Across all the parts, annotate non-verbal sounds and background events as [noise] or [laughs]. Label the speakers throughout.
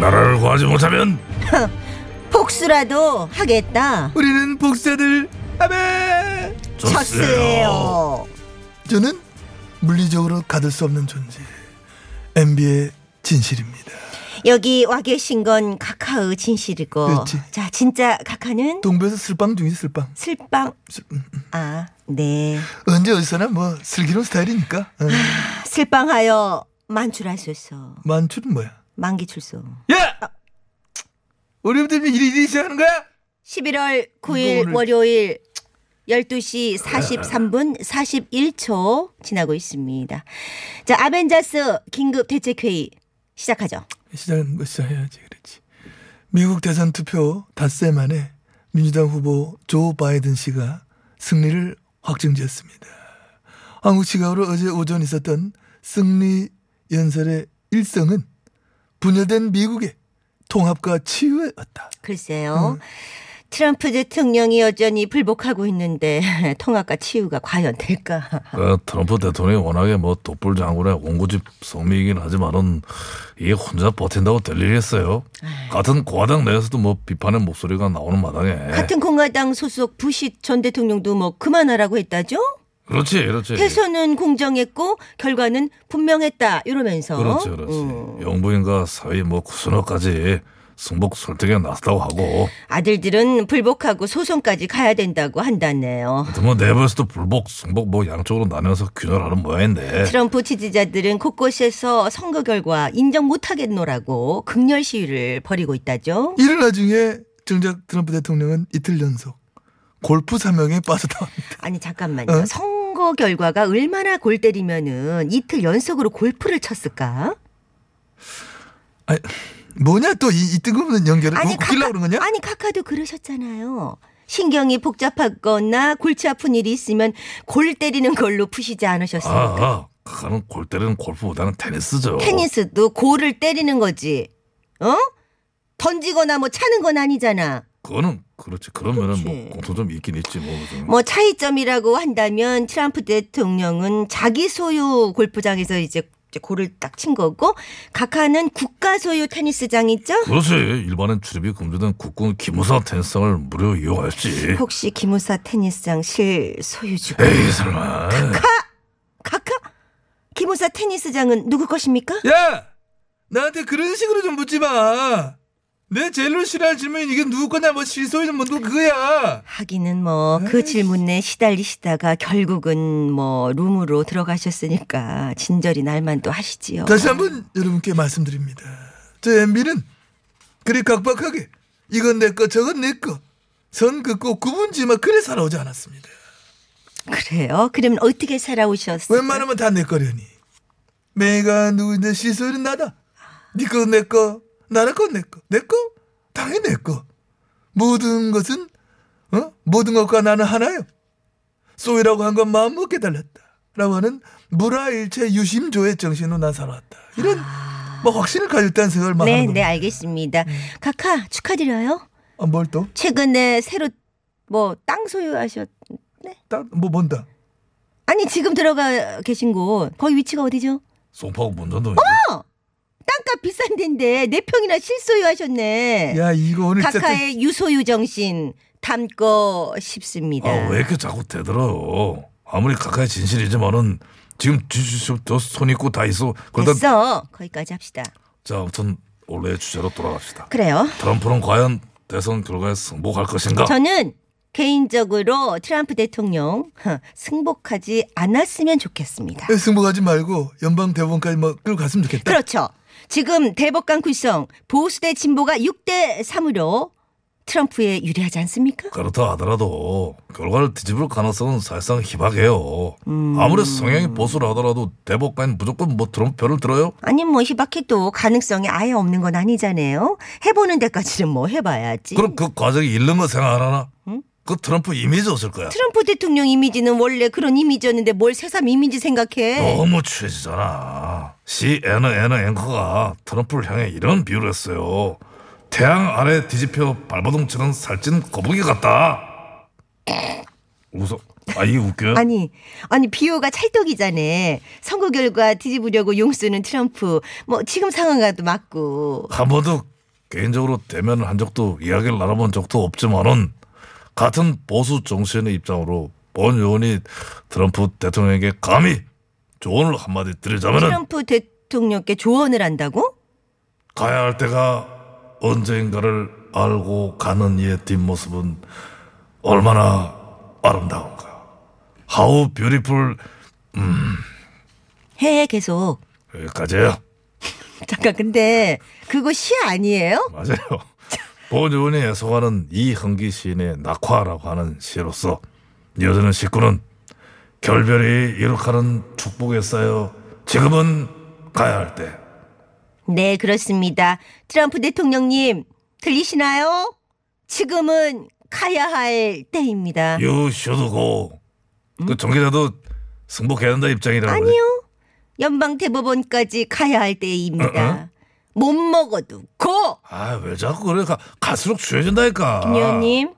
Speaker 1: 나라를 구하지 못하면
Speaker 2: 복수라도 하겠다.
Speaker 3: 우리는 복사들 아베
Speaker 1: 졌어요.
Speaker 3: 저는 물리적으로 가둘 수 없는 존재 MB의 진실입니다
Speaker 2: 여기 와 계신 건 카카오 진실이고.
Speaker 3: 그렇지.
Speaker 2: 자, 진짜 카카는
Speaker 3: 동부에서 슬빵 중이 슬빵
Speaker 2: 슬빵.
Speaker 3: 슬- 음, 음.
Speaker 2: 아, 네.
Speaker 3: 언제 어디서나 뭐 슬기로운 스타일이니까 어.
Speaker 2: 아, 슬빵하여 만출하소서.
Speaker 3: 만추는 뭐야
Speaker 2: 만기 출소.
Speaker 3: 야! 우리 부들이 이리저리 시작하는 거야?
Speaker 2: 11월
Speaker 3: 이거
Speaker 2: 9일
Speaker 3: 오늘-
Speaker 2: 월요일 12시
Speaker 3: 아.
Speaker 2: 43분 41초 지나고 있습니다. 자, 아벤자스 긴급 대책회의 시작하죠.
Speaker 3: 시작은 뭐 시작해야지 그렇지 미국 대선 투표 닷새 만에 민주당 후보 조 바이든 씨가 승리를 확정지었습니다 한국 시각으로 어제 오전 있었던 승리 연설의 일성은 분열된 미국의 통합과 치유에 왔다
Speaker 2: 글쎄요.
Speaker 1: 음.
Speaker 2: 트럼프 대통령이 여전히 불복하고 있는데 [laughs] 통합과 치유가 과연 될까?
Speaker 1: 그 트럼프 대통령이 워낙에 뭐 독불 장군의 온고집 성미이긴 하지만은 이게 혼자 버틴다고 될 일이겠어요. 같은 공화당 내에서도 뭐 비판의 목소리가 나오는 마당에
Speaker 2: 같은 공화당 소속 부시 전 대통령도 뭐 그만하라고 했다죠?
Speaker 1: 그렇지 그렇지
Speaker 2: 태선은 공정했고 결과는 분명했다 이러면서
Speaker 1: 그렇죠, 그렇지 그렇지
Speaker 2: 음.
Speaker 1: 영부인과 사위 뭐 구순호까지 승복 설득에 나섰다고 하고
Speaker 2: 아들들은 불복하고 소송까지 가야 된다고 한다네요.
Speaker 1: 아무튼 뭐 내부에서도 불복 승복 뭐 양쪽으로 나뉘어서 균열하는 모양인데
Speaker 2: 트럼프 지지자들은 곳곳에서 선거 결과 인정 못하겠노라고 극렬 시위를 벌이고 있다죠.
Speaker 3: 이를 나중에 정작 트럼프 대통령은 이틀 연속 골프 사명에 빠져나옵니다
Speaker 2: 아니 잠깐만요.
Speaker 3: 어?
Speaker 2: 선거 결과가 얼마나 골 때리면은 이틀 연속으로 골프를 쳤을까?
Speaker 3: 아니, 뭐냐 또 이 뜬금없는 연결을 아니, 웃기려고 그런 거냐?
Speaker 2: 아니 카카도 그러셨잖아요. 신경이 복잡하거나 골치 아픈 일이 있으면 골 때리는 걸로 푸시지 않으셨습니까?
Speaker 1: 아, 아 그거는 골 때리는 골프보다는 테니스죠
Speaker 2: 테니스도 골을 때리는 거지. 어? 던지거나 뭐 차는 건 아니잖아.
Speaker 1: 그거는 그렇지 그러면은
Speaker 2: 그렇지.
Speaker 1: 뭐 공통점이 있긴 있지 뭐, 그죠.
Speaker 2: 뭐 차이점이라고 한다면 트럼프 대통령은 자기 소유 골프장에서 이제 골을 딱 친 거고 각하는 국가 소유 테니스장 있죠?
Speaker 1: 그렇지 일반은 출입이 금지된 국군 기무사 텐성을 무료 이용했지
Speaker 3: 네.
Speaker 2: 혹시 기무사 테니스장 실 소유주가
Speaker 1: 에이 설마
Speaker 2: 각하 기무사 테니스장은 누구 것입니까?
Speaker 3: 야! 나한테 그런 식으로 좀 묻지 마. 내 제일로 싫어할 질문이 이게 누구 거냐, 뭐, 실소이는 뭐, 누구 그거야.
Speaker 2: 하기는 뭐 그 질문에 시달리시다가 결국은 뭐 룸으로 들어가셨으니까 진절이 날만도 하시지요.
Speaker 3: 다시 한번 여러분께 말씀드립니다. 저 MB는 그리 각박하게 이건 내 거, 저건 내 거. 선 긋고 구분지 마 그래 살아오지 않았습니다.
Speaker 2: 그래요? 그러면 어떻게 살아오셨어요?
Speaker 3: 웬만하면 다 내 거려니. 내가 누구인데 실소리는 나다. 네 거, 내 거, 나라 거, 내 거, 내 거, 당연히 내 거. 모든 것은 어? 모든 것과 나는 하나요. 소위라고 한 건 마음 먹게 달랐다. 라고 하는 무라일체 유심조의 정신으로 난 살아왔다. 이런 뭐 확신을 가졌다는 생각을 막
Speaker 2: 네,
Speaker 3: 하는
Speaker 2: 네
Speaker 3: 겁니다.
Speaker 2: 알겠습니다. 카카 축하드려요.
Speaker 3: 아, 뭘 또?
Speaker 2: 최근에 새로 뭐 땅 소유하셨
Speaker 3: 딱 뭐 뭔다.
Speaker 2: 아니 지금 들어가 계신 곳 거기 위치가 어디죠?
Speaker 1: 송파구 문전동이
Speaker 2: 땅값 비싼 데인데 네 평이나 실소유하셨네.
Speaker 3: 야 이거
Speaker 1: 음,
Speaker 3: 오늘 진짜
Speaker 2: 카카의 유소유 정신 담고 싶습니다.
Speaker 1: 아, 왜 이렇게 자꾸 대들어요? 아무리 가까이 진실이지만은 지금 저손 있고 다 있어. 그러다
Speaker 2: 됐어. 거기까지 합시다.
Speaker 1: 자 아무튼 원래의 주제로 돌아갑시다.
Speaker 2: 그래요.
Speaker 1: 트럼프는 과연 대선 결과에 승복할 것인가?
Speaker 2: 저는 개인적으로 트럼프 대통령 흥, 승복하지 않았으면 좋겠습니다.
Speaker 3: 또 승부하지 말고 연방 대법원까지 뭐 끌고 갔으면 좋겠다.
Speaker 2: 그렇죠. 지금 대법관 구성 보수 대 진보가 6대 3으로 트럼프에 유리하지 않습니까?
Speaker 1: 그렇다 하더라도 결과를 뒤집을 가능성은 사실상 희박해요.
Speaker 3: 음.
Speaker 1: 아무리 성향이 보수라 하더라도 대법관 무조건 뭐 트럼프 표를 들어요?
Speaker 2: 아니 뭐 희박해도 가능성이 아예 없는 건 아니잖아요. 해보는 데까지는 뭐 해봐야지.
Speaker 1: 그럼 그 과정이 잃는 거 생각 안 하나? 그 트럼프 이미지 없을 거야.
Speaker 2: 트럼프 대통령 이미지는 원래 그런 이미지였는데 뭘 새삼 이미지 생각해?
Speaker 1: 너무 취해지잖아. CNN 앵커가 트럼프를 향해 이런 비유를 했어요. 태양 아래 뒤집혀 발버둥치는 살찐 거북이 같다. 웃어. 아, 이게 웃겨요?
Speaker 2: 아니, 아니 비호가 찰떡이잖아. 선거 결과 뒤집으려고 용쓰는 트럼프. 뭐 지금 상황과도 맞고.
Speaker 1: 한 번도 개인적으로 대면을 한 적도 이야기를 나눠본 적도 없지만은 같은 보수 정신의 입장으로 본 의원이 트럼프 대통령에게 감히 조언을 한마디 드리자면은
Speaker 2: 트럼프 대통령께 조언을 한다고?
Speaker 1: 가야 할 때가 언제인가를 알고 가는 이의 뒷모습은 얼마나 아름다운가. How beautiful
Speaker 2: 해 계속.
Speaker 1: 여기까지예요.
Speaker 2: 잠깐 근데 그거 시 아니에요? [laughs]
Speaker 1: 맞아요. 보조원이 애소하는 이흥기 시인의 낙화라고 하는 시로서 여자는 식구는 결별이 이룩하는 축복에 쌓여 지금은 가야 할 때.
Speaker 2: 네, 그렇습니다. 트럼프 대통령님, 들리시나요? 지금은 가야 할 때입니다.
Speaker 1: You should go. 그 정계자도 승복해야 한다 입장이라고. 그러지.
Speaker 2: 음? 아니요. 연방 대법원까지 가야 할
Speaker 1: 어,
Speaker 2: 때입니다. 못 먹어도 고!
Speaker 1: 아, 왜 자꾸 그래? 가, 갈수록 취해진다니까.
Speaker 2: 김여님,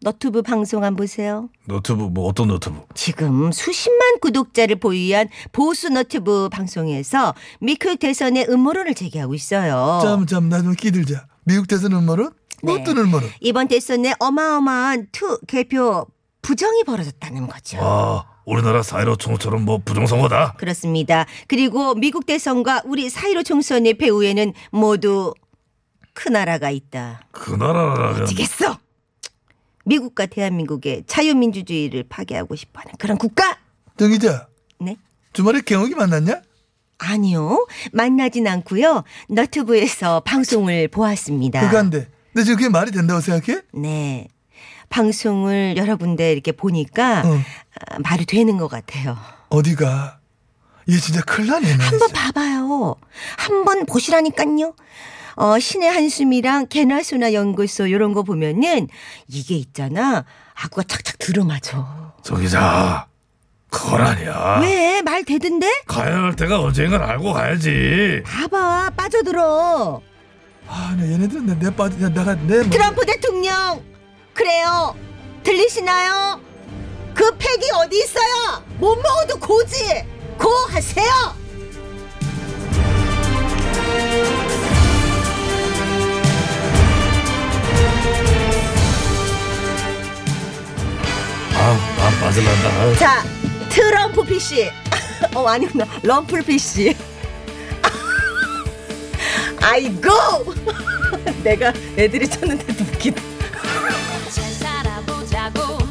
Speaker 2: 너튜브 방송 안 보세요?
Speaker 1: 노트북, 뭐 어떤 노트북?
Speaker 2: 지금 수십만 구독자를 보유한 보수 너튜브 방송에서 미국 대선의 음모론을 제기하고 있어요. 네.
Speaker 3: 짬짬 나 좀 끼들자. 미국 대선 음모론? 어떤 음모론?
Speaker 2: 이번 대선에 어마어마한 투 개표 부정이 벌어졌다는 거죠.
Speaker 1: 와, 아, 우리나라 사이로 총처럼 뭐 부정선거다.
Speaker 2: 그렇습니다. 그리고 미국 대선과 우리 사이로 총선의 배후에는 모두 큰 나라가 있다.
Speaker 1: 그 나라라면
Speaker 2: 지겠어. 미국과 대한민국의 자유민주주의를 파괴하고 싶어하는 그런 국가.
Speaker 3: 정기자
Speaker 2: 네.
Speaker 3: 주말에 경욱이 만났냐?
Speaker 2: 아니요. 만나진 않고요. 너튜브에서 방송을 보았습니다.
Speaker 3: 그간데. 근데 지금 그게 말이 된다고 생각해?
Speaker 2: 네. 방송을 여러 군데 이렇게 보니까
Speaker 3: 어.
Speaker 2: 아, 말이 되는 것 같아요.
Speaker 3: 어디가? 얘 진짜 큰일 나네. 얘네
Speaker 2: 한번
Speaker 3: 진짜.
Speaker 2: 봐봐요. 한번 보시라니깐요. 어, 신의 한숨이랑 개나소나 연구소 요런 거 보면은 이게 있잖아. 아구가 착착 들어맞아.
Speaker 1: 저기자, 그건 아니야.
Speaker 2: 왜? 말 되던데?
Speaker 1: 가야 할 때가 언제인가 알고 가야지.
Speaker 2: 봐봐. 빠져들어.
Speaker 3: 아, 나 얘네들은 내, 내 빠지, 나, 나가 내. 뭐-
Speaker 2: 트럼프 대통령. 그래요. 들리시나요? 그 팩이 어디 있어요? 못 먹어도 고지. 고 하세요.
Speaker 1: 아, 난 빠질란다. 아유,
Speaker 2: 자, 트럼프 PC. [laughs] 어, 아니구나. 럼플 PC. [laughs] 아이고! [laughs] 내가 애들이 쳤는데도 웃기다.
Speaker 4: 잘 살아보자고